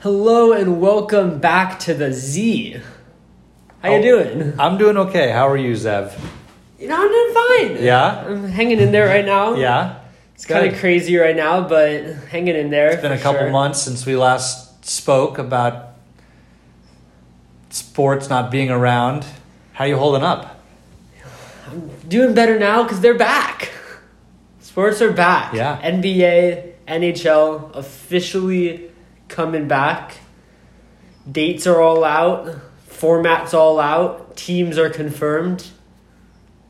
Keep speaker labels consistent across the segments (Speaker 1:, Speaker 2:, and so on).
Speaker 1: Hello and welcome back to the Z. How
Speaker 2: Oh.
Speaker 1: you doing?
Speaker 2: I'm doing okay. How are you, Zev?
Speaker 1: You know, I'm doing fine.
Speaker 2: Yeah?
Speaker 1: I'm hanging in there right now.
Speaker 2: Yeah?
Speaker 1: It's kind of
Speaker 2: Good.
Speaker 1: crazy right now, but hanging in there.
Speaker 2: It's been a couple months since we last spoke about sports not being around. How you holding up?
Speaker 1: Doing better now because they're back. Sports are back.
Speaker 2: Yeah.
Speaker 1: NBA, NHL officially coming back. Dates are all out. Formats all out. Teams are confirmed.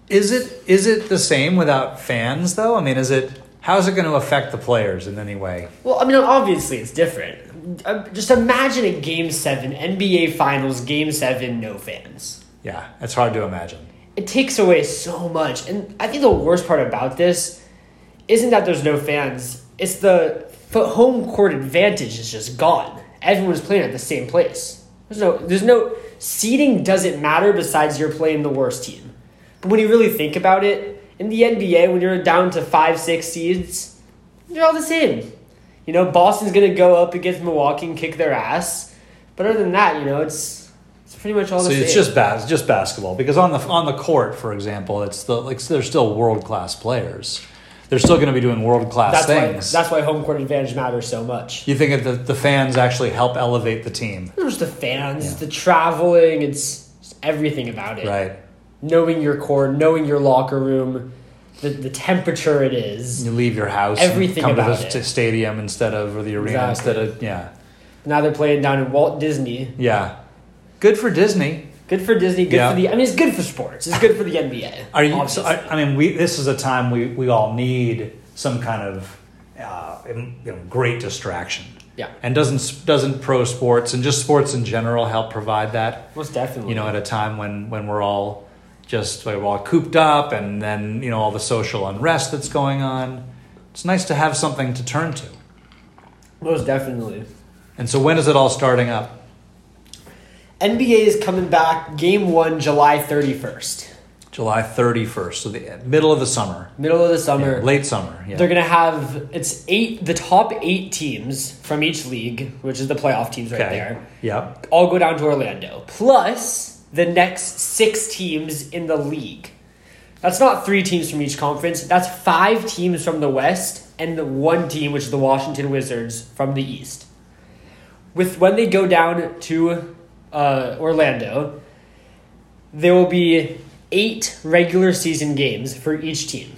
Speaker 2: Is it is it the same without fans though? I mean, is it how's it going to affect the players in any way?
Speaker 1: Well, I mean, obviously it's different. Uh, Just imagine a game seven, NBA Finals, game seven, no fans.
Speaker 2: Yeah, it's hard to imagine.
Speaker 1: It takes away so much. And I think the worst part about this isn't that there's no fans, it's the fo- home court advantage is just gone. Everyone's playing at the same place. There's no, there's no, seating doesn't matter besides you're playing the worst team. But when you really think about it, in the NBA, when you're down to five, six seeds, they're all the same. You know, Boston's gonna go up against Milwaukee and kick their ass. But other than that, you know, it's it's pretty much all
Speaker 2: So
Speaker 1: the same.
Speaker 2: it's just bas- just basketball because on the on the court, for example, it's the like they're still world class players. They're still going to be doing world class
Speaker 1: that's
Speaker 2: things.
Speaker 1: why that's why home court advantage matters so much.
Speaker 2: you think that the, the fans actually help elevate the team,
Speaker 1: There's the fans, the traveling, it's just everything about it.
Speaker 2: right?
Speaker 1: Knowing your court, knowing your locker room, the the temperature it is.
Speaker 2: You leave your house,
Speaker 1: Everything
Speaker 2: and come
Speaker 1: about
Speaker 2: to the
Speaker 1: it.
Speaker 2: st- stadium instead of or the arena
Speaker 1: Exactly.
Speaker 2: instead of yeah,
Speaker 1: Now they're playing down in Walt Disney.
Speaker 2: yeah. Good for Disney.
Speaker 1: Good for Disney. Good
Speaker 2: Yeah.
Speaker 1: for the. I mean, it's good for sports. It's good for the NBA.
Speaker 2: Are you?
Speaker 1: obviously.
Speaker 2: So, I, I mean, we this is a time we we all need some kind of uh, im- you know, great distraction.
Speaker 1: Yeah.
Speaker 2: And doesn't s- doesn't pro sports and just sports in general help provide that?
Speaker 1: Most definitely.
Speaker 2: You know, at a time when when we're all just like, we're all cooped up, and then you know all the social unrest that's going on. It's nice to have something to turn to.
Speaker 1: most definitely.
Speaker 2: And so, when is it all starting up?
Speaker 1: NBA is coming back game one, July 31st,
Speaker 2: July 31st, so the middle of the summer,
Speaker 1: middle of the summer.
Speaker 2: late summer. Yeah.
Speaker 1: They're going to have it's eight, the top eight teams from each league, which is the playoff teams right
Speaker 2: Okay.
Speaker 1: there,
Speaker 2: Yep.
Speaker 1: all go down to Orlando, plus the next six teams in the league. That's not three teams from each conference, that's five teams from the West and the one team, which is the Washington Wizards, from the East. With when they go down to uh, Orlando, there will be eight regular season games for each team.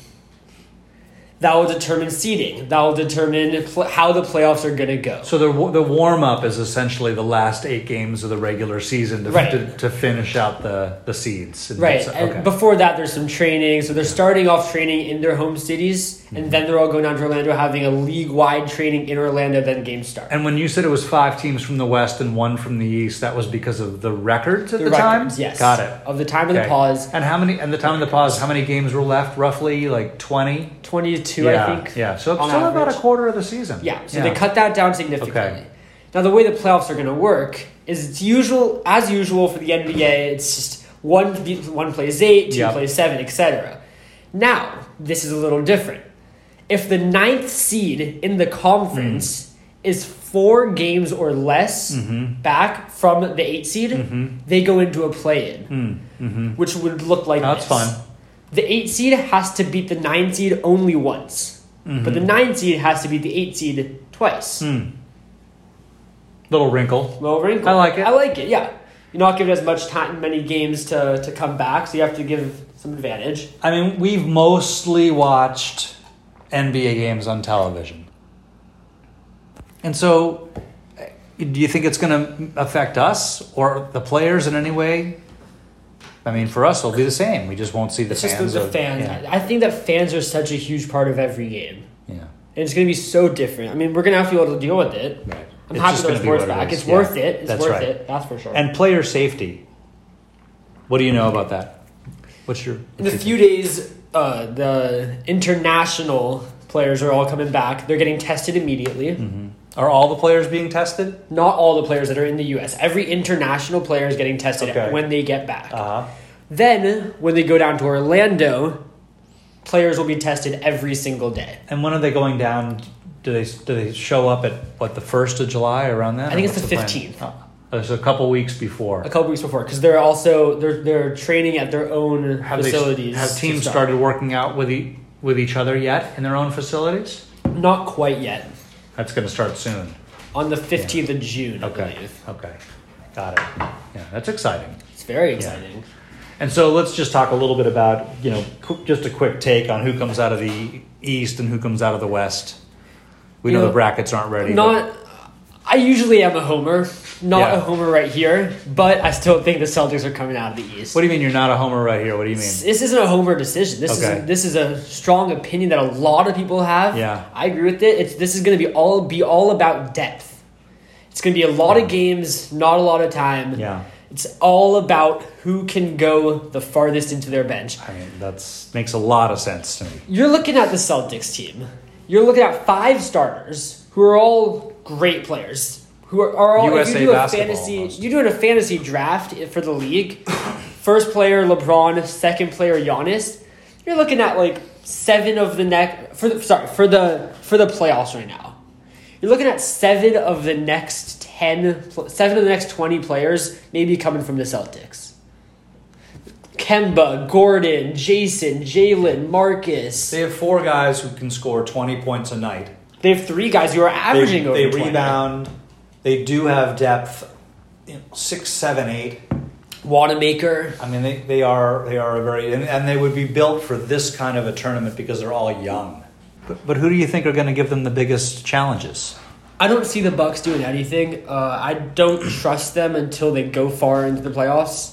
Speaker 1: That will determine seeding. That will determine pl- how the playoffs are going to go.
Speaker 2: So the wa- the warm up is essentially the last eight games of the regular season to
Speaker 1: Right.
Speaker 2: to, to finish out the the seeds. And
Speaker 1: Right.
Speaker 2: that's-
Speaker 1: And
Speaker 2: okay.
Speaker 1: before that, there's some training. So they're starting off training in their home cities,
Speaker 2: Mm-hmm.
Speaker 1: and then they're all going down to Orlando, having a league wide training in Orlando, then games start.
Speaker 2: and when you said it was five teams from the west and one from the east, that was because of the records at the, time.
Speaker 1: records, yes.
Speaker 2: Got it.
Speaker 1: Of the time of
Speaker 2: Okay.
Speaker 1: the pause,
Speaker 2: And how many? And the time of the pause, how many games were left? Roughly like twenty.
Speaker 1: 22,
Speaker 2: yeah.
Speaker 1: I think.
Speaker 2: Yeah. So
Speaker 1: on
Speaker 2: still about
Speaker 1: average.
Speaker 2: a quarter of the season.
Speaker 1: Yeah, so they cut that down significantly.
Speaker 2: Okay.
Speaker 1: Now the way the playoffs are going to work is it's usual as usual for the NBA. It's just one one plays eight, two
Speaker 2: Yeah.
Speaker 1: plays seven, etc. Now this is a little different. If the ninth seed in the conference
Speaker 2: Mm-hmm.
Speaker 1: is four games or less back from the eight seed,
Speaker 2: Mm-hmm.
Speaker 1: they go into a play-in, which would look like
Speaker 2: That's
Speaker 1: this.
Speaker 2: fun.
Speaker 1: The eight seed has to beat the nine seed only once, but the nine seed has to beat the eight seed twice.
Speaker 2: Hmm. Little wrinkle.
Speaker 1: Little wrinkle.
Speaker 2: I like it.
Speaker 1: I like it. Yeah, you're not given as much time, many games to to come back, so you have to give some advantage.
Speaker 2: I mean, we've mostly watched NBA games on television. And so, eh, do you think it's going to affect us or the players in any way? I mean, for us, it'll be the same. We just won't see the
Speaker 1: It's
Speaker 2: fans.
Speaker 1: just the, the
Speaker 2: or-
Speaker 1: fans.
Speaker 2: Yeah.
Speaker 1: I think that fans are such a huge part of every game,
Speaker 2: yeah.
Speaker 1: and it's going to be so different. I mean, we're going to have to be able to deal with it.
Speaker 2: Right.
Speaker 1: I'm
Speaker 2: It's
Speaker 1: happy
Speaker 2: just
Speaker 1: that
Speaker 2: gonna
Speaker 1: it's
Speaker 2: be
Speaker 1: worth
Speaker 2: what it
Speaker 1: back.
Speaker 2: is.
Speaker 1: it's
Speaker 2: Yeah.
Speaker 1: worth it. It's
Speaker 2: That's
Speaker 1: worth
Speaker 2: right.
Speaker 1: it. That's for sure.
Speaker 2: And player safety. What do you know about that? What's your.
Speaker 1: In a few days, uh, the international players are all coming back. They're getting tested immediately.
Speaker 2: Are all the players being tested?
Speaker 1: Not all the players that are in the U.S. Every international player is getting tested
Speaker 2: Okay.
Speaker 1: when they get back.
Speaker 2: Uh huh.
Speaker 1: Then, when they go down to Orlando, players will be tested every single day.
Speaker 2: And when are they going down do they do they show up at what the first of July around then?
Speaker 1: I think
Speaker 2: or
Speaker 1: it's
Speaker 2: what's
Speaker 1: the
Speaker 2: plan?
Speaker 1: 15th.
Speaker 2: Oh, so a couple weeks before.
Speaker 1: a couple weeks before because they're also they're they're training at their own
Speaker 2: Have they-
Speaker 1: facilities.
Speaker 2: have
Speaker 1: to
Speaker 2: teams
Speaker 1: start.
Speaker 2: started working out with e- with each other yet in their own facilities?
Speaker 1: Not quite yet.
Speaker 2: That's going to start soon.
Speaker 1: On the fifteenth of June, I
Speaker 2: Okay.
Speaker 1: believe.
Speaker 2: Okay. Got it. Yeah, that's exciting.
Speaker 1: It's very exciting.
Speaker 2: And so let's just talk a little bit about, you know, qu- just a quick take on who comes out of the East and who comes out of the West. We
Speaker 1: You
Speaker 2: know,
Speaker 1: know,
Speaker 2: the brackets aren't ready. but-
Speaker 1: Not. I usually am a homer, not
Speaker 2: Yeah.
Speaker 1: a homer right here, but I still think the Celtics are coming out of the East.
Speaker 2: What do you mean you're not a homer right here? What do you mean?
Speaker 1: this isn't a homer decision. This
Speaker 2: Okay.
Speaker 1: is this is a strong opinion that a lot of people have.
Speaker 2: Yeah.
Speaker 1: I agree with it. It's this is going to be all be all about depth. It's going to be a lot of games, not a lot of time.
Speaker 2: Yeah.
Speaker 1: It's all about who can go the farthest into their bench.
Speaker 2: I mean, that's makes a lot of sense to me.
Speaker 1: You're looking at the Celtics team. You're looking at five starters who are all great players. Who are, are all if
Speaker 2: USA
Speaker 1: you do a
Speaker 2: basketball
Speaker 1: fantasy
Speaker 2: almost.
Speaker 1: you doing a fantasy draft for the league. First player LeBron, second player Giannis. You're looking at like seven of the next for the, sorry for the for the playoffs right now. You're looking at seven of the next ten, pl- seven of the next twenty players maybe coming from the Celtics. Kemba, Gordon, Jason, Jalen, Marcus.
Speaker 2: They have four guys who can score 20 points a night.
Speaker 1: They have three guys who are averaging
Speaker 2: they,
Speaker 1: over
Speaker 2: they
Speaker 1: 20.
Speaker 2: rebound. They do have depth. You know, six, seven, eight.
Speaker 1: Wanamaker.
Speaker 2: I mean, they, they are they are a very and, and they would be built for this kind of a tournament because they're all young. But, but who do you think are going to give them the biggest challenges?
Speaker 1: I don't see the Bucks doing anything. Uh, I don't trust them until they go far into the playoffs.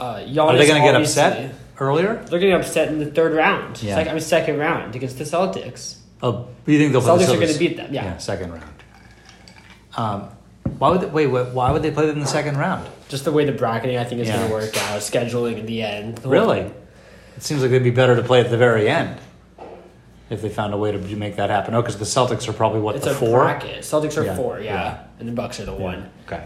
Speaker 1: Uh, Giannis,
Speaker 2: Are they going to get
Speaker 1: obviously-
Speaker 2: upset earlier?
Speaker 1: They're going to get upset in the third round.
Speaker 2: Yeah.
Speaker 1: Sec- I mean, second round against the Celtics.
Speaker 2: Oh, you think they'll play the
Speaker 1: Celtics are going
Speaker 2: Celtics?
Speaker 1: to beat them. Yeah.
Speaker 2: second round. Um, why would they, wait? wh- Why would they play them in the second round?
Speaker 1: Just the way the bracketing, I think, is
Speaker 2: Yeah.
Speaker 1: going to work out. Scheduling in the end. The whole-
Speaker 2: Really? It seems like they'd be better to play at the very end if they found a way to make that happen. Oh, because the Celtics are probably what
Speaker 1: It's
Speaker 2: the
Speaker 1: a
Speaker 2: four.
Speaker 1: bracket. Celtics are
Speaker 2: Yeah.
Speaker 1: four, yeah.
Speaker 2: Yeah.
Speaker 1: And the Bucks are the one.
Speaker 2: Okay.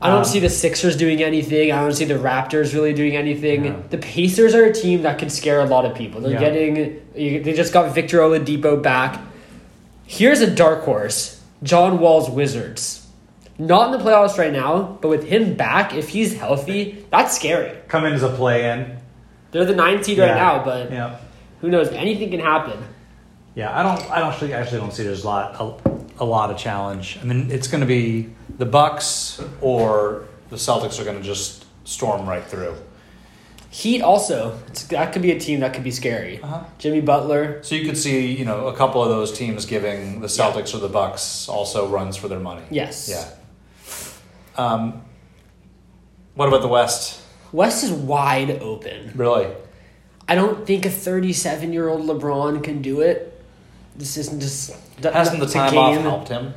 Speaker 1: I don't
Speaker 2: Um,
Speaker 1: see the Sixers doing anything. I don't see the Raptors really doing anything.
Speaker 2: Yeah.
Speaker 1: The Pacers are a team that can scare a lot of people. They're
Speaker 2: Yeah.
Speaker 1: getting you- they just got Victor Oladipo back. Here's a dark horse: John Wall's Wizards. Not in the playoffs right now, but with him back, if he's healthy, that's scary.
Speaker 2: Come in as a play-in
Speaker 1: They're the nine seed right now, but
Speaker 2: yeah,
Speaker 1: who knows? Anything can happen.
Speaker 2: yeah. I don't. I don't actually, actually don't see there's a lot a, a lot of challenge. I mean, it's going to be the Bucks or the Celtics are going to just storm right through.
Speaker 1: Heat also it's, that could be a team that could be scary.
Speaker 2: Uh-huh.
Speaker 1: Jimmy Butler,
Speaker 2: So you could see, you know, a couple of those teams giving the Celtics or the Bucks also runs for their money.
Speaker 1: yes.
Speaker 2: Yeah. Um, what about the West?
Speaker 1: West is wide open.
Speaker 2: Really?
Speaker 1: I don't think a 37 year old LeBron can do it. This isn't just that-
Speaker 2: Hasn't the
Speaker 1: that's a
Speaker 2: time off
Speaker 1: game.
Speaker 2: helped him?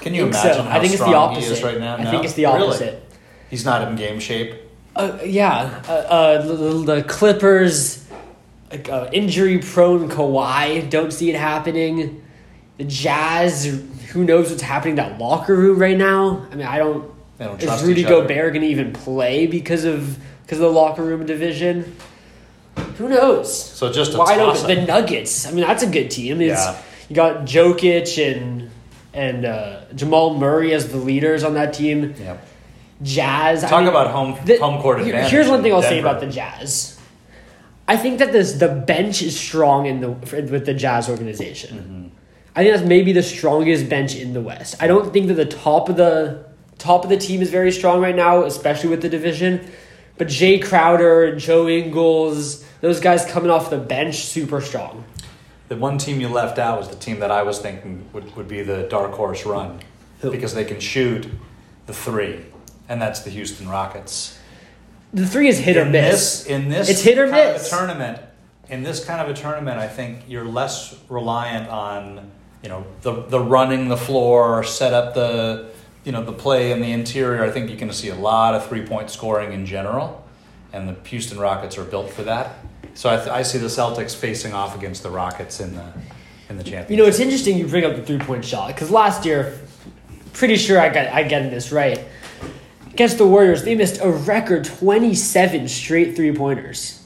Speaker 2: Can
Speaker 1: I
Speaker 2: you
Speaker 1: think so.
Speaker 2: imagine how
Speaker 1: I think it's the
Speaker 2: strong
Speaker 1: opposite
Speaker 2: he is right now?
Speaker 1: I
Speaker 2: No?
Speaker 1: think it's the
Speaker 2: Really?
Speaker 1: opposite.
Speaker 2: He's not in game shape.
Speaker 1: Uh, yeah, uh, uh, the, the- the Clippers, like, uh, injury prone Kawhi, don't see it happening. The Jazz, who knows what's happening in that locker room right now? I mean, I don't.
Speaker 2: They don't
Speaker 1: is
Speaker 2: trust
Speaker 1: Rudy
Speaker 2: each other.
Speaker 1: Gobert going to even play because of because of the locker room division? Who knows?
Speaker 2: So just a
Speaker 1: wide
Speaker 2: toss
Speaker 1: open. The Nuggets. I mean, that's a good team. It's,
Speaker 2: Yeah.
Speaker 1: You got Jokic and and uh, Jamal Murray as the leaders on that team.
Speaker 2: Yep.
Speaker 1: Jazz. I
Speaker 2: Talk
Speaker 1: mean,
Speaker 2: about home- home court
Speaker 1: here-
Speaker 2: advantage
Speaker 1: Here's one thing
Speaker 2: in
Speaker 1: I'll say
Speaker 2: Denver.
Speaker 1: about the Jazz. I think that this the bench is strong in the with the Jazz organization.
Speaker 2: Mm-hmm.
Speaker 1: I think that's maybe the strongest bench in the West. I don't think that the top of the top of the team is very strong right now, especially with the division. But Jay Crowder, Joe Ingles, those guys coming off the bench, super strong.
Speaker 2: The one team you left out was the team that I was thinking would, would be the dark horse run
Speaker 1: Who?
Speaker 2: because they can shoot the three, and that's the Houston Rockets.
Speaker 1: The three is hit or
Speaker 2: in
Speaker 1: miss.
Speaker 2: This, in this
Speaker 1: It's hit or
Speaker 2: kind
Speaker 1: miss.
Speaker 2: Of a tournament, in this kind of a tournament, I think you're less reliant on you know the the running the floor, set up the you know the play in the interior. I think you're going to see a lot of three point scoring in general, and the Houston Rockets are built for that. So I, th- I see the Celtics facing off against the Rockets in the in the championship.
Speaker 1: You know, it's interesting you bring up the three point shot because last year, pretty sure I got I getting this right. Against the Warriors, they missed a record twenty seven straight three pointers.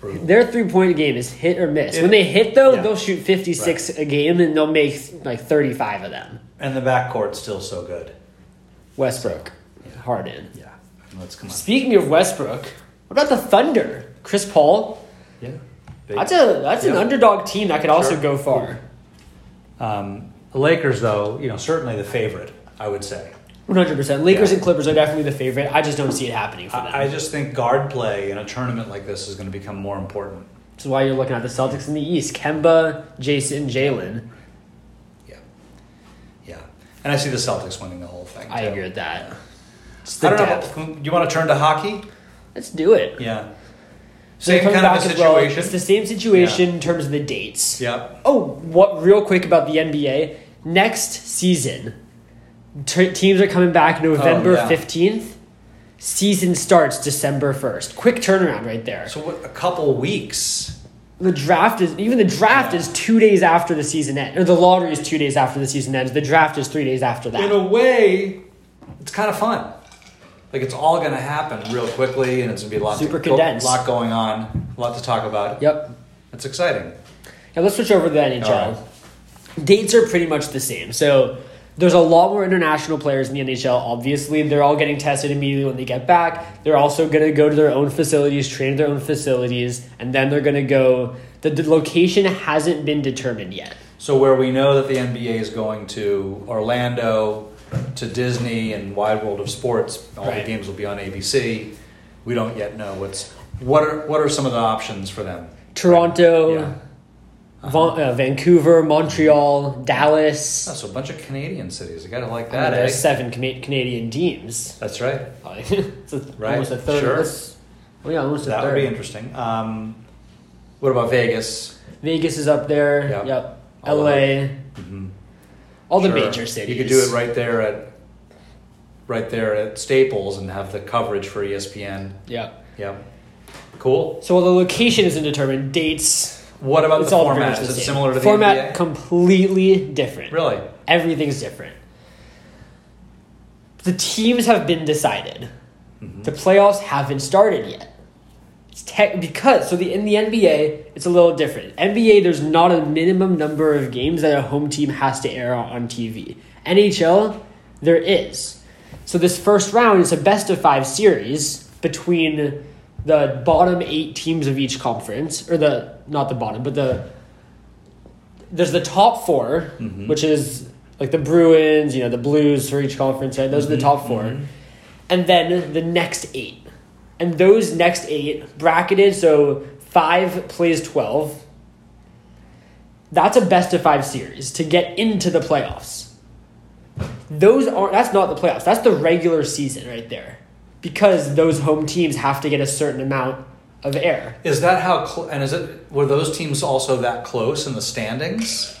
Speaker 2: brutal.
Speaker 1: Their three point game is hit or miss. when they hit though,
Speaker 2: Yeah.
Speaker 1: they'll shoot fifty six a game and they'll make like thirty five of them.
Speaker 3: And the backcourt's still so good.
Speaker 1: Westbrook, Harden.
Speaker 3: Yeah. Let's come on.
Speaker 1: Speaking of Westbrook, what about the Thunder? Chris Paul.
Speaker 3: Yeah. Big-
Speaker 1: That's a that's an
Speaker 2: Yeah.
Speaker 1: underdog team that could also
Speaker 2: Sure.
Speaker 1: go far.
Speaker 2: Um, the Lakers, though, you know, certainly the favorite. I would say.
Speaker 1: One hundred percent. Lakers
Speaker 2: Yeah.
Speaker 1: and Clippers are definitely the favorite. I just don't see it happening for them.
Speaker 2: I, I just think guard play in a tournament like this is going to become more important.
Speaker 1: Which is why you're looking at the Celtics in the East: Kemba, Jason, Jalen.
Speaker 2: Yeah. Yeah. And I see the Celtics winning the whole thing.
Speaker 1: I
Speaker 2: too.
Speaker 1: agree with that. It's
Speaker 2: I
Speaker 1: the
Speaker 2: don't
Speaker 1: depth.
Speaker 2: know. about- You want to turn to hockey?
Speaker 1: Let's do it.
Speaker 2: Yeah.
Speaker 1: They
Speaker 2: Same
Speaker 1: come
Speaker 2: kind of a
Speaker 1: back as well.
Speaker 2: situation.
Speaker 1: It's the same situation in terms of the dates.
Speaker 2: Yep.
Speaker 1: Oh, what? Real quick about the NBA next season. T- teams are coming back November
Speaker 2: Oh, yeah.
Speaker 1: fifteenth. Season starts December first. Quick turnaround right there.
Speaker 2: So what, a couple weeks.
Speaker 1: the draft is even the draft is two days after the season ends, or the lottery is two days after the season ends. The draft is three days after that.
Speaker 2: In a way, it's kind of fun. Like it's all going to happen real quickly, and it's going to be a lot,
Speaker 1: Super
Speaker 2: to,
Speaker 1: condensed.
Speaker 2: lot going on, a lot to talk about.
Speaker 1: yep.
Speaker 2: It's exciting.
Speaker 1: Now let's switch over to the
Speaker 2: All
Speaker 1: NHL. Dates are pretty much the same. So there's a lot more international players in the NHL, obviously. They're all getting tested immediately when they get back. They're also going to go to their own facilities, train at their own facilities, and then they're going to go. The, the location hasn't been determined yet.
Speaker 2: So where we know that the NBA is going to Orlando, to Disney, and Wide World of Sports, all
Speaker 1: Right.
Speaker 2: the games will be on ABC. We don't yet know what's what are what are some of the options for them. Oh,
Speaker 1: Toronto,
Speaker 2: Yeah.
Speaker 1: Va- uh, Vancouver, Montreal, Dallas.
Speaker 2: Oh, so a bunch of Canadian cities. I gotta like
Speaker 1: I mean,
Speaker 2: that. eh?
Speaker 1: there's seven Cana- Canadian teams.
Speaker 2: That's right.
Speaker 1: Like, it's a,
Speaker 2: Right,
Speaker 1: almost a third.
Speaker 2: sure.
Speaker 1: Of this. Well, yeah, almost a
Speaker 2: That would
Speaker 1: third.
Speaker 2: be interesting. Um, what about Vegas?
Speaker 1: Vegas is up there.
Speaker 2: Yeah.
Speaker 1: Yep.
Speaker 2: All
Speaker 1: LA.
Speaker 2: Mhm.
Speaker 1: All the
Speaker 2: Sure.
Speaker 1: major cities.
Speaker 2: You could do it right there at right there at Staples and have the coverage for E ESPN.
Speaker 1: Yeah.
Speaker 2: Yep. Cool.
Speaker 1: So while the location isn't determined, dates.
Speaker 2: What about
Speaker 1: it's
Speaker 2: the
Speaker 1: all
Speaker 2: format?
Speaker 1: pretty much
Speaker 2: Is
Speaker 1: the
Speaker 2: it
Speaker 1: same.
Speaker 2: similar to the
Speaker 1: format?
Speaker 2: NBA?
Speaker 1: completely different.
Speaker 2: really?
Speaker 1: Everything's different. The teams have been decided. The playoffs haven't started yet. It's tech because so the in the NBA it's a little different. NBA there's not a minimum number of games that a home team has to air on, on TV. NHL there is. So this first round is a best of 5 series between the bottom 8 teams of each conference or the not the bottom but the there's the top 4
Speaker 2: Mm-hmm.
Speaker 1: which is like the Bruins, you know, the Blues for each conference, right?
Speaker 2: Mm-hmm.
Speaker 1: Those are the top 4 and then the next eight. And those next eight bracketed, so five plays 12. That's a best of five series to get into the playoffs. Those aren't, that's not the playoffs. That's the regular season right there. Because those home teams have to get a certain amount of air.
Speaker 2: Is that how? Cl- and is it were those teams also that close in the standings?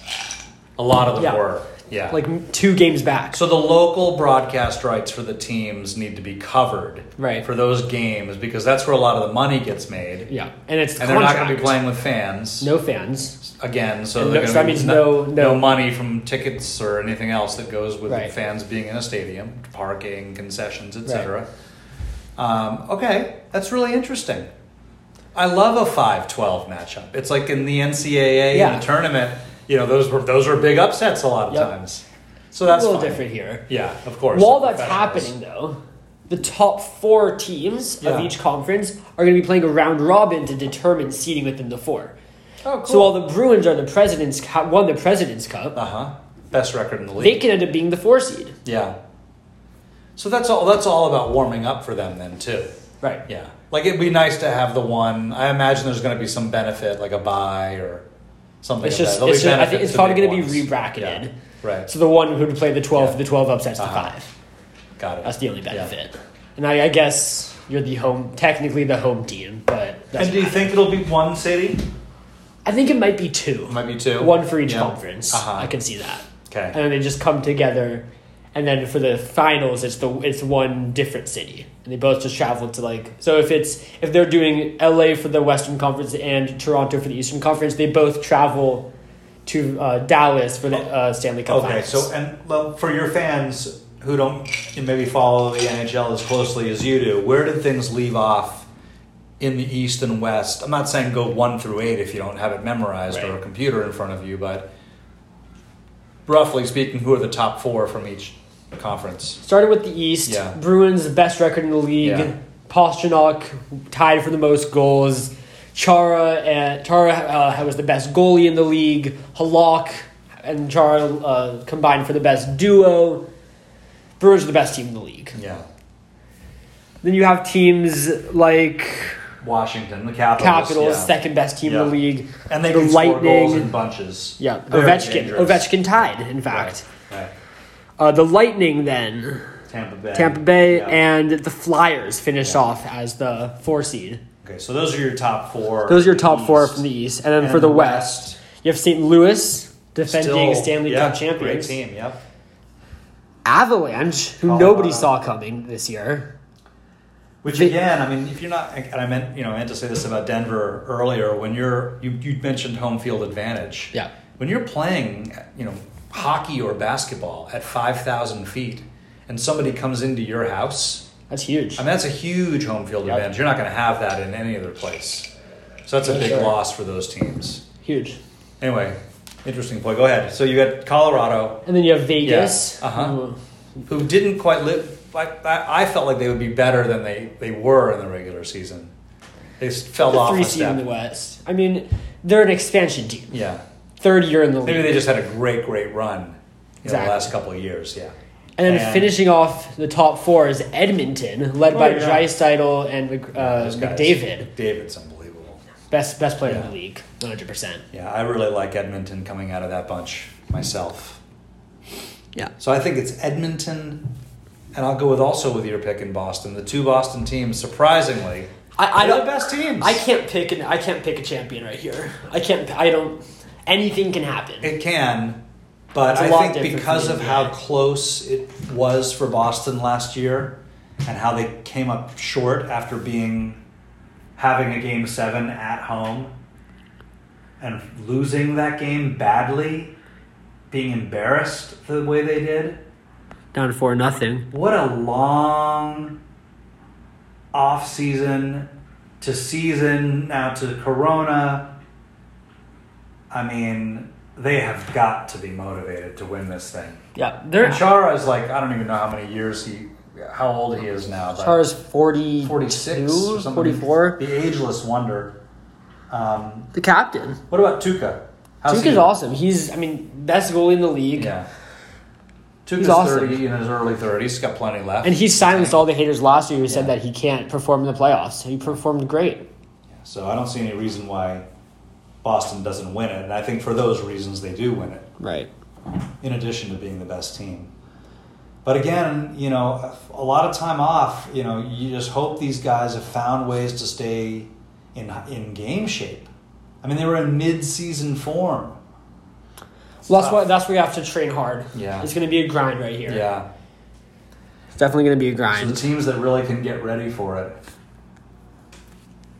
Speaker 2: A lot of them
Speaker 1: Yeah.
Speaker 2: were. Yeah.
Speaker 1: Like two games back.
Speaker 2: So the local broadcast rights for the teams need to be covered
Speaker 1: Right.
Speaker 2: for those games because that's where a lot of the money gets made.
Speaker 1: yeah. And it's
Speaker 2: And they're not going to be
Speaker 1: contract.
Speaker 2: playing with fans
Speaker 1: No fans.
Speaker 2: again, so
Speaker 1: And
Speaker 2: they're
Speaker 1: no- so that
Speaker 2: going
Speaker 1: means no- no-
Speaker 2: no money from tickets or anything else that goes with
Speaker 1: Right.
Speaker 2: the fans being in a stadium, parking, concessions, etc. Um, okay, that's really interesting. I love a 5-12 matchup. It's like in the NCAA
Speaker 1: Yeah.
Speaker 2: in the tournament. You know, those were those are big upsets a lot of
Speaker 1: Yep.
Speaker 2: times. So that's
Speaker 1: a little
Speaker 2: fine.
Speaker 1: different here.
Speaker 2: Yeah, of course.
Speaker 1: While
Speaker 2: they're
Speaker 1: that's
Speaker 2: professionals.
Speaker 1: happening, though, the top four teams
Speaker 2: Yeah.
Speaker 1: of each conference are going to be playing a round robin to determine seeding within the four.
Speaker 2: Oh, cool.
Speaker 1: So while the Bruins are the President's Cup, won the President's Cup,
Speaker 2: uh huh. Best record in the league.
Speaker 1: they can end up being the four seed.
Speaker 2: Yeah. So that's all. That's all about warming up for them then too.
Speaker 1: Right.
Speaker 2: Yeah. Like it'd be nice to have the one. I imagine there's going to be some benefit, like a buy or something.
Speaker 1: It's
Speaker 2: of
Speaker 1: just-
Speaker 2: that. There'll
Speaker 1: it's
Speaker 2: be
Speaker 1: just- I
Speaker 2: benefits
Speaker 1: think it's
Speaker 2: to
Speaker 1: probably
Speaker 2: big
Speaker 1: gonna be
Speaker 2: ones.
Speaker 1: re-bracketed.
Speaker 2: Yeah. Right.
Speaker 1: So the one who would play the 12,
Speaker 2: Yeah.
Speaker 1: the 12 upsets the
Speaker 2: Uh-huh.
Speaker 1: 5.
Speaker 2: Got it.
Speaker 1: That's the only
Speaker 2: Yeah.
Speaker 1: benefit. And I, I guess you're the home, technically the home team, but
Speaker 3: And
Speaker 1: doesn't
Speaker 3: do you
Speaker 1: matter.
Speaker 3: think it'll be one city?
Speaker 1: I think it might be two.
Speaker 2: Might be two.
Speaker 1: One for each
Speaker 2: Yeah.
Speaker 1: conference.
Speaker 2: Uh-huh.
Speaker 1: I can see that.
Speaker 2: Okay.
Speaker 1: and then they just come together and then for the finals it's the it's one different city and they both just travel to like so if it's if they're doing la for the western conference and toronto for the eastern conference they both travel to uh, dallas for the uh, stanley cup
Speaker 3: Okay,
Speaker 1: finals.
Speaker 3: so and well, for your fans who don't maybe follow the NHL as closely as you do,
Speaker 2: Where did things leave off in the East and West. I'm not saying go one through eight if you don't have it memorized or a
Speaker 1: Right.
Speaker 2: computer in front of you, but roughly speaking, who are the top four from each conference?
Speaker 1: Started with the East.
Speaker 2: Yeah.
Speaker 1: Bruins, the best record in the league.
Speaker 2: Yeah.
Speaker 1: Pasternak tied for the most goals. Chara and Chara uh, was the best goalie in the league. Halak and Chara uh, combined for the best duo. Bruins are the best team in the league.
Speaker 2: Yeah.
Speaker 1: Then you have teams like
Speaker 2: Washington, the Capitals.
Speaker 1: Capitals,
Speaker 2: yeah.
Speaker 1: second best team in
Speaker 2: Yeah.
Speaker 1: the league.
Speaker 2: and they
Speaker 1: the
Speaker 2: can score
Speaker 1: Lightning.
Speaker 2: goals in bunches.
Speaker 1: Yeah,
Speaker 2: They're
Speaker 1: Ovechkin.
Speaker 2: dangerous.
Speaker 1: Ovechkin tied, in fact.
Speaker 2: Right.
Speaker 1: Uh, the Lightning, then
Speaker 3: Tampa Bay.
Speaker 1: Tampa Bay,
Speaker 3: Yeah.
Speaker 1: and the Flyers finished
Speaker 2: Yeah.
Speaker 1: off as the four seed.
Speaker 3: okay, so those are your top four.
Speaker 1: Those are your
Speaker 3: in the
Speaker 1: top four
Speaker 3: East.
Speaker 1: from the East, and then
Speaker 3: And
Speaker 1: for the West, you have St. Louis defending
Speaker 3: Still-
Speaker 1: Stanley
Speaker 3: yeah,
Speaker 1: Cup champions,
Speaker 3: Great team. Yep.
Speaker 1: Avalanche, who
Speaker 3: Colorado.
Speaker 1: nobody saw coming this year.
Speaker 3: Which
Speaker 1: They-
Speaker 3: again, I mean, if you're not, and I meant, you know, I meant to say this about Denver earlier when you're, you, you mentioned home field advantage.
Speaker 1: Yeah.
Speaker 3: When you're playing,
Speaker 2: you know, hockey or basketball at 5,000 feet and somebody comes into your house,
Speaker 1: That's huge.
Speaker 2: I mean, that's a huge home field
Speaker 1: Yep.
Speaker 2: advantage. You're not going to have that in any other place. So that's a
Speaker 1: For
Speaker 2: big
Speaker 1: sure.
Speaker 2: loss for those teams.
Speaker 1: huge.
Speaker 2: Anyway, interesting play. Go ahead. So you got Colorado,
Speaker 1: And then you have Vegas.
Speaker 2: Yeah, uh-huh.
Speaker 1: who-
Speaker 2: who didn't quite live. I, I I felt like they would be better than they, they were in the regular season. They s- fell
Speaker 1: the
Speaker 2: off
Speaker 1: three
Speaker 2: a
Speaker 1: seed in the
Speaker 2: step.
Speaker 1: West. I mean, they're an expansion team.
Speaker 2: Yeah.
Speaker 1: Third year in the league.
Speaker 2: Maybe they just had a great, great run in the
Speaker 1: Exactly.
Speaker 2: last couple of years. Yeah.
Speaker 1: And then
Speaker 2: And-
Speaker 1: finishing off the top four is Edmonton, led
Speaker 3: Oh,
Speaker 1: by
Speaker 3: yeah.
Speaker 1: Drysdale and Mc- uh,
Speaker 2: Those guys.
Speaker 1: McDavid,
Speaker 2: David's unbelievable.
Speaker 1: best best player
Speaker 2: Yeah.
Speaker 1: in the league, one hundred percent.
Speaker 2: Yeah, I really like Edmonton coming out of that bunch myself.
Speaker 1: Yeah.
Speaker 2: So I think it's Edmonton, and I'll go with also with your pick in Boston. The two Boston teams, surprisingly,
Speaker 1: I, I
Speaker 2: are the
Speaker 1: don't.
Speaker 2: best teams.
Speaker 1: I can't pick an I can't pick a champion right here. I can't. I don't. Anything can happen.
Speaker 2: It can, but
Speaker 1: It's a
Speaker 2: I
Speaker 1: lot
Speaker 2: think
Speaker 1: different
Speaker 2: because
Speaker 1: from
Speaker 2: of
Speaker 1: the
Speaker 2: how
Speaker 1: NBA.
Speaker 2: close it was for Boston last year, and how they came up short after being
Speaker 3: having a game seven at home and losing that game badly, being embarrassed the way they did.
Speaker 1: Down four nothing.
Speaker 3: What a long off season to season now to Corona. I mean, they have got to be motivated to win this thing.
Speaker 1: Yeah,
Speaker 2: And
Speaker 1: they're
Speaker 2: Chara is like I don't even know how many years he, how old he is now. But
Speaker 1: Char's 40,
Speaker 2: 46 or something.
Speaker 1: 44.
Speaker 2: The ageless wonder. Um,
Speaker 1: The captain.
Speaker 2: what about Tuca? How's
Speaker 1: Duke
Speaker 2: he
Speaker 1: is
Speaker 2: doing?
Speaker 1: awesome. He's I mean best goalie in the league,
Speaker 2: Yeah.
Speaker 1: He's
Speaker 2: Tuca's
Speaker 1: awesome.
Speaker 2: 30 in his early 30s. He's got plenty left.
Speaker 1: and he silenced all the haters last year who said
Speaker 2: Yeah.
Speaker 1: that he can't perform in the playoffs. He performed great.
Speaker 2: so I don't see any reason why Boston doesn't win it. And I think for those reasons they do win it,
Speaker 1: Right.
Speaker 2: in addition to being the best team. But again, you know, a lot of time off, you know, you just hope these guys have found ways to stay in, in game shape. I mean, they were in mid-season form.
Speaker 1: Well, that's why that's where you have to train hard.
Speaker 2: Yeah.
Speaker 1: It's going to be a grind right here.
Speaker 2: Yeah.
Speaker 1: It's definitely going to be a
Speaker 2: So the
Speaker 1: grind.
Speaker 2: teams that really can get ready for it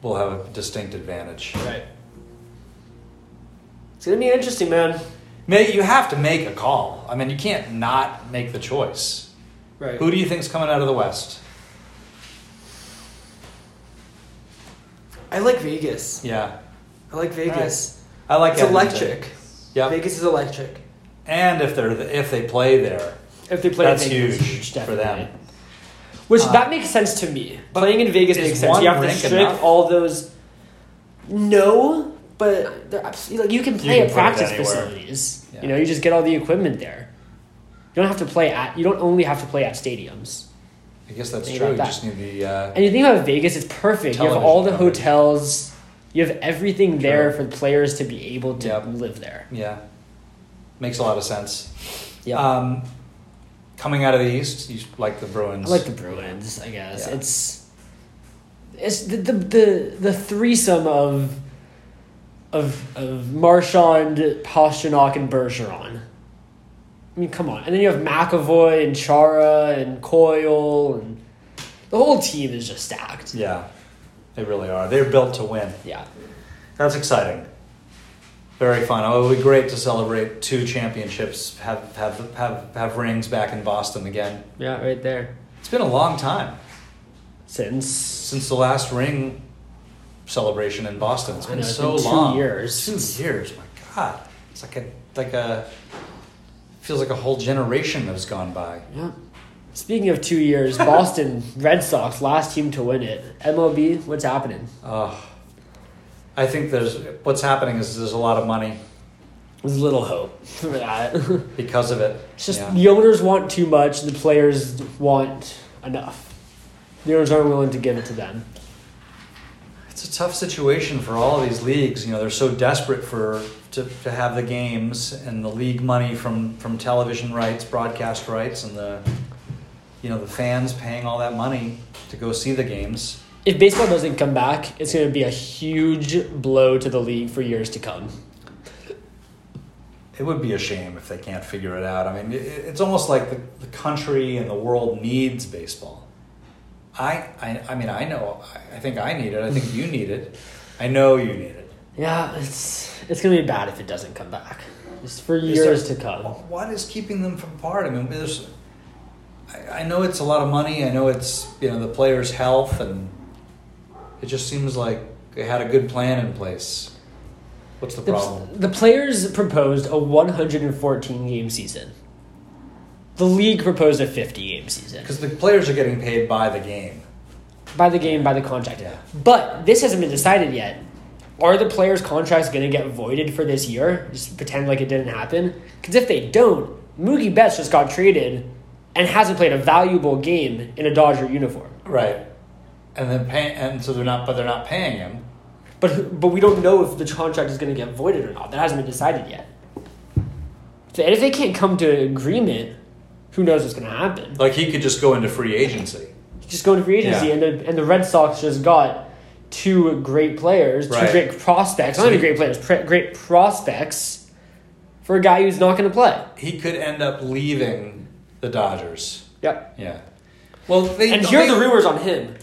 Speaker 2: will have a distinct advantage.
Speaker 1: right. It's going to be interesting, man.
Speaker 2: May, you have to make a call. I mean, you can't not make the choice.
Speaker 1: Right.
Speaker 2: Who do you think's coming out of the West?
Speaker 1: I like Vegas.
Speaker 2: Yeah,
Speaker 1: I like Vegas.
Speaker 2: I like
Speaker 1: It's
Speaker 2: Edmonton.
Speaker 1: electric.
Speaker 2: Yeah,
Speaker 1: Vegas is electric.
Speaker 2: and if they're if they play there,
Speaker 1: If they play in
Speaker 2: that's
Speaker 1: Vegas,
Speaker 2: huge,
Speaker 1: it's
Speaker 2: for
Speaker 1: definitely.
Speaker 2: them.
Speaker 1: Which
Speaker 2: Uh,
Speaker 1: that makes sense to me.
Speaker 2: but
Speaker 1: Playing in Vegas
Speaker 2: is
Speaker 1: makes sense.
Speaker 2: one
Speaker 1: You have to
Speaker 2: rink
Speaker 1: strip
Speaker 2: enough?
Speaker 1: all those. No, but they're abs- like, you can play
Speaker 2: can
Speaker 1: at
Speaker 2: put it
Speaker 1: practice
Speaker 2: anywhere.
Speaker 1: facilities.
Speaker 2: Yeah.
Speaker 1: You know, you just get all the equipment there. You don't have to play at. You don't only have to play at stadiums.
Speaker 2: I guess that's
Speaker 1: Think
Speaker 2: true. You
Speaker 1: about that.
Speaker 2: just need the uh,
Speaker 1: And you think about Vegas, it's perfect. you have
Speaker 2: Television
Speaker 1: all the
Speaker 2: coverage.
Speaker 1: hotels. You have everything there for
Speaker 2: True.
Speaker 1: the players to be able to
Speaker 2: Yep.
Speaker 1: live there.
Speaker 2: yeah, makes a lot of sense.
Speaker 1: Yeah.
Speaker 2: Um, coming out of the East, you like the Bruins.
Speaker 1: I like the Bruins. I guess
Speaker 2: Yeah.
Speaker 1: it's it's the, the the the threesome of of of Marchand, Pasternak, and Bergeron. I mean, come on, and then you have McAvoy and Chara and Coyle, and the whole team is just stacked.
Speaker 2: yeah, they really are. They're built to win.
Speaker 1: Yeah,
Speaker 2: That's exciting. Very fun. Oh, it would be great to celebrate two championships, have, have, have, have rings back in Boston again.
Speaker 1: yeah, right there.
Speaker 2: It's been a long time
Speaker 1: Since
Speaker 2: since the last ring celebration in Boston. It's
Speaker 1: I
Speaker 2: been
Speaker 1: know, it's
Speaker 2: so
Speaker 1: been two
Speaker 2: long.
Speaker 1: years.
Speaker 2: Two years. My God, it's like a like a feels like a whole generation has gone by.
Speaker 1: Yeah. Speaking of two years, Boston Red Sox, last team to win it. MLB, what's happening?
Speaker 2: Uh, I think there's what's happening is there's a lot of money
Speaker 1: There's little hope for that. it's
Speaker 2: because of it.
Speaker 1: just
Speaker 2: Yeah.
Speaker 1: the owners want too much, the players want enough. The owners aren't willing to give it to them.
Speaker 2: It's a tough situation for all of these leagues. You know, they're so desperate for to, to have the games and the league money from from television rights, broadcast rights, and the you know the fans paying all that money to go see the games.
Speaker 1: If baseball doesn't come back, it's going to be a huge blow to the league for years to come.
Speaker 2: It would be a shame if they can't figure it out. I mean, it, it's almost like the, the country and the world needs baseball. I, I, I mean, I know. I, I think I need it. I think you need it. I know you need it.
Speaker 1: Yeah, it's it's going to be bad if it doesn't come back. Just for
Speaker 2: Is there-
Speaker 1: years to come.
Speaker 2: wh- What is keeping them from apart? I mean, there's. I, I know it's a lot of money. I know it's you know the players' health, and it just seems like they had a good plan in place. What's the
Speaker 1: The,
Speaker 2: problem?
Speaker 1: the players proposed a 114 game season. The league proposed a 50 game season.
Speaker 2: Because the players are getting paid by the game.
Speaker 1: By the game, by the contract.
Speaker 2: Yeah.
Speaker 1: But this hasn't been decided yet. Are the players' contracts going to get voided for this year? Just pretend like it didn't happen? Because if they don't, Mookie Betts just got traded and hasn't played a valuable game in a Dodger uniform.
Speaker 2: Right. And then pay, and so they're not, but they're not paying him.
Speaker 1: But, who- but we don't know if the contract is going to get voided or not. That hasn't been decided yet. So- And if they can't come to agreement, who knows what's going to happen?
Speaker 2: Like he could just go into free agency.
Speaker 1: just going to free agency,
Speaker 2: Yeah.
Speaker 1: and the and the Red Sox just got two great players, two
Speaker 2: Right.
Speaker 1: great prospects, not
Speaker 2: So
Speaker 1: even
Speaker 2: he-
Speaker 1: great players, pre- great prospects for a guy who's not going to play.
Speaker 2: He could end up leaving the Dodgers.
Speaker 1: Yep.
Speaker 2: Yeah. Well, they,
Speaker 1: And here are
Speaker 2: they-
Speaker 1: the rumors on him: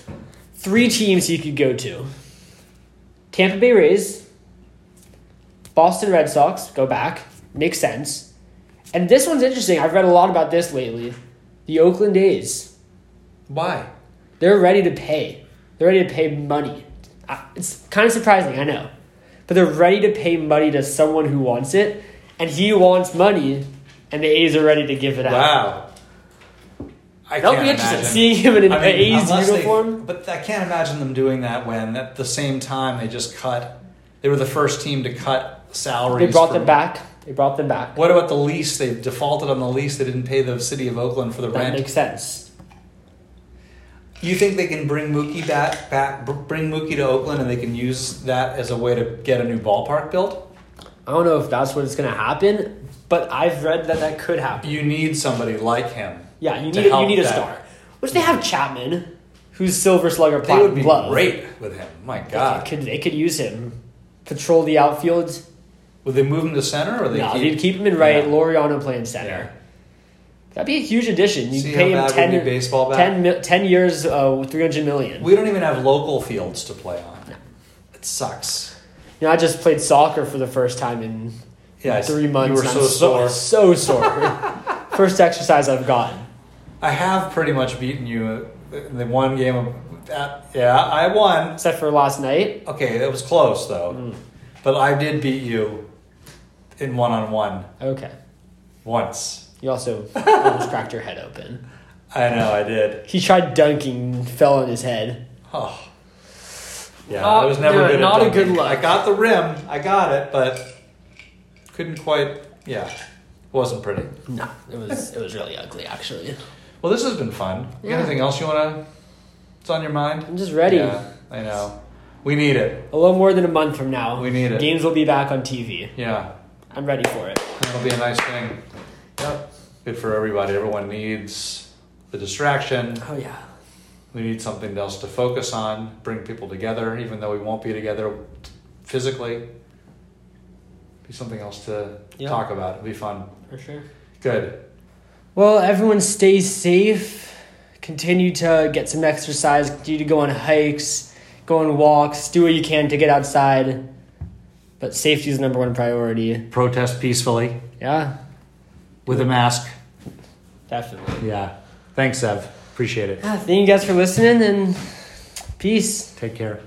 Speaker 1: three teams he could go to: Tampa Bay Rays, Boston Red Sox. Go back, makes sense. And this one's interesting. I've read a lot about this lately. The Oakland A's.
Speaker 2: Why?
Speaker 1: They're ready to pay. They're ready to pay money. I- It's kind of surprising, I know. But they're ready to pay money to someone who wants it, and he wants money, and the A's are ready to give it out.
Speaker 2: Wow. I
Speaker 1: That'll
Speaker 2: can't
Speaker 1: be interesting,
Speaker 2: imagine.
Speaker 1: seeing him in an
Speaker 2: I mean,
Speaker 1: A's
Speaker 2: unless they-
Speaker 1: uniform.
Speaker 2: but I can't imagine them doing that when at the same time they just cut. They were the first team to cut salaries.
Speaker 1: They brought
Speaker 2: for-
Speaker 1: them back. They brought them back.
Speaker 2: What about the lease? They defaulted on the lease. They didn't pay the city of Oakland for the
Speaker 1: That
Speaker 2: rent.
Speaker 1: makes sense.
Speaker 2: You think they can bring Mookie back, back, br- bring Mookie to Oakland, and they can use that as a way to get a new ballpark built?
Speaker 1: I don't know if that's what's going to happen, but I've read that that could happen.
Speaker 2: You need somebody like him.
Speaker 1: Yeah, you
Speaker 2: to
Speaker 1: need, you
Speaker 2: help
Speaker 1: need a
Speaker 2: that.
Speaker 1: star. Which they have Chapman, who's Silver Slugger
Speaker 2: They
Speaker 1: Platinum
Speaker 2: would be
Speaker 1: Glove.
Speaker 2: great with him. My
Speaker 1: They
Speaker 2: God,
Speaker 1: could, they could use him. Patrol the outfield.
Speaker 2: would they move him to center or they
Speaker 1: no,
Speaker 2: keep,
Speaker 1: they'd keep him in right.
Speaker 2: Yeah.
Speaker 1: Loriano playing
Speaker 2: Yeah.
Speaker 1: center. That'd be a huge addition. You
Speaker 2: See
Speaker 1: pay
Speaker 2: how
Speaker 1: him
Speaker 2: bad we
Speaker 1: 10,
Speaker 2: need baseball back?
Speaker 1: 10 mil- 10 years, uh, three hundred million.
Speaker 2: We don't even have local fields to play on. It sucks.
Speaker 1: you know, I just played soccer for the first time in
Speaker 2: Yeah, I-
Speaker 1: three months.
Speaker 2: You
Speaker 1: and
Speaker 2: were
Speaker 1: I'm
Speaker 2: so sore.
Speaker 1: So sore. first exercise I've gotten.
Speaker 2: I have pretty much beaten you in the one game. Of that. Yeah, I won.
Speaker 1: Except for last night.
Speaker 2: Okay, that was close though,
Speaker 1: Mm.
Speaker 2: but I did beat you in one on one
Speaker 1: Okay.
Speaker 2: once.
Speaker 1: You also almost cracked your head open.
Speaker 2: I know I did.
Speaker 1: He tried dunking, fell on his head.
Speaker 2: Oh. Yeah,
Speaker 1: Not-
Speaker 2: I was never
Speaker 1: Uh, yeah,
Speaker 2: good. at
Speaker 1: not a
Speaker 2: dunking.
Speaker 1: good look.
Speaker 2: I got the rim. I got it, but couldn't quite. Yeah, it wasn't pretty.
Speaker 1: No, it was it was really ugly actually.
Speaker 2: Well, this has been fun.
Speaker 1: Yeah.
Speaker 2: Anything else you wanna? It's on your mind.
Speaker 1: I'm just ready.
Speaker 2: Yeah, I know. We need it.
Speaker 1: A little more than a month from now,
Speaker 2: We need it.
Speaker 1: Games will be back on TV.
Speaker 2: Yeah,
Speaker 1: I'm ready for it.
Speaker 2: that'll be a nice thing. Yep. Good for everybody. Everyone needs the distraction.
Speaker 1: Oh yeah.
Speaker 2: We need something else to focus on, bring people together, even though we won't be together physically. Be something else to
Speaker 1: Yeah.
Speaker 2: talk about. It'll be fun.
Speaker 1: For sure.
Speaker 2: Good.
Speaker 1: Well, everyone stay safe. Continue to get some exercise. Continue to go on hikes, go on walks. Do what you can to get outside. But safety is number one priority.
Speaker 2: Protest peacefully
Speaker 1: Yeah,
Speaker 2: with a mask.
Speaker 1: definitely.
Speaker 2: Yeah. Thanks, Ev. Appreciate it.
Speaker 1: Ah, Yeah, thank you guys for listening and peace.
Speaker 2: Take care.